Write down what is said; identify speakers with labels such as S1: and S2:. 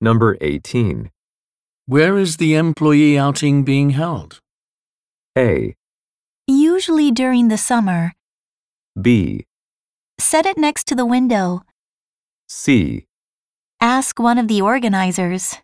S1: Number 18.
S2: Where is the employee outing being held?
S1: A.
S3: Usually during the summer,
S1: B.
S3: set it next to the window.
S1: C.
S3: Ask one of the organizers.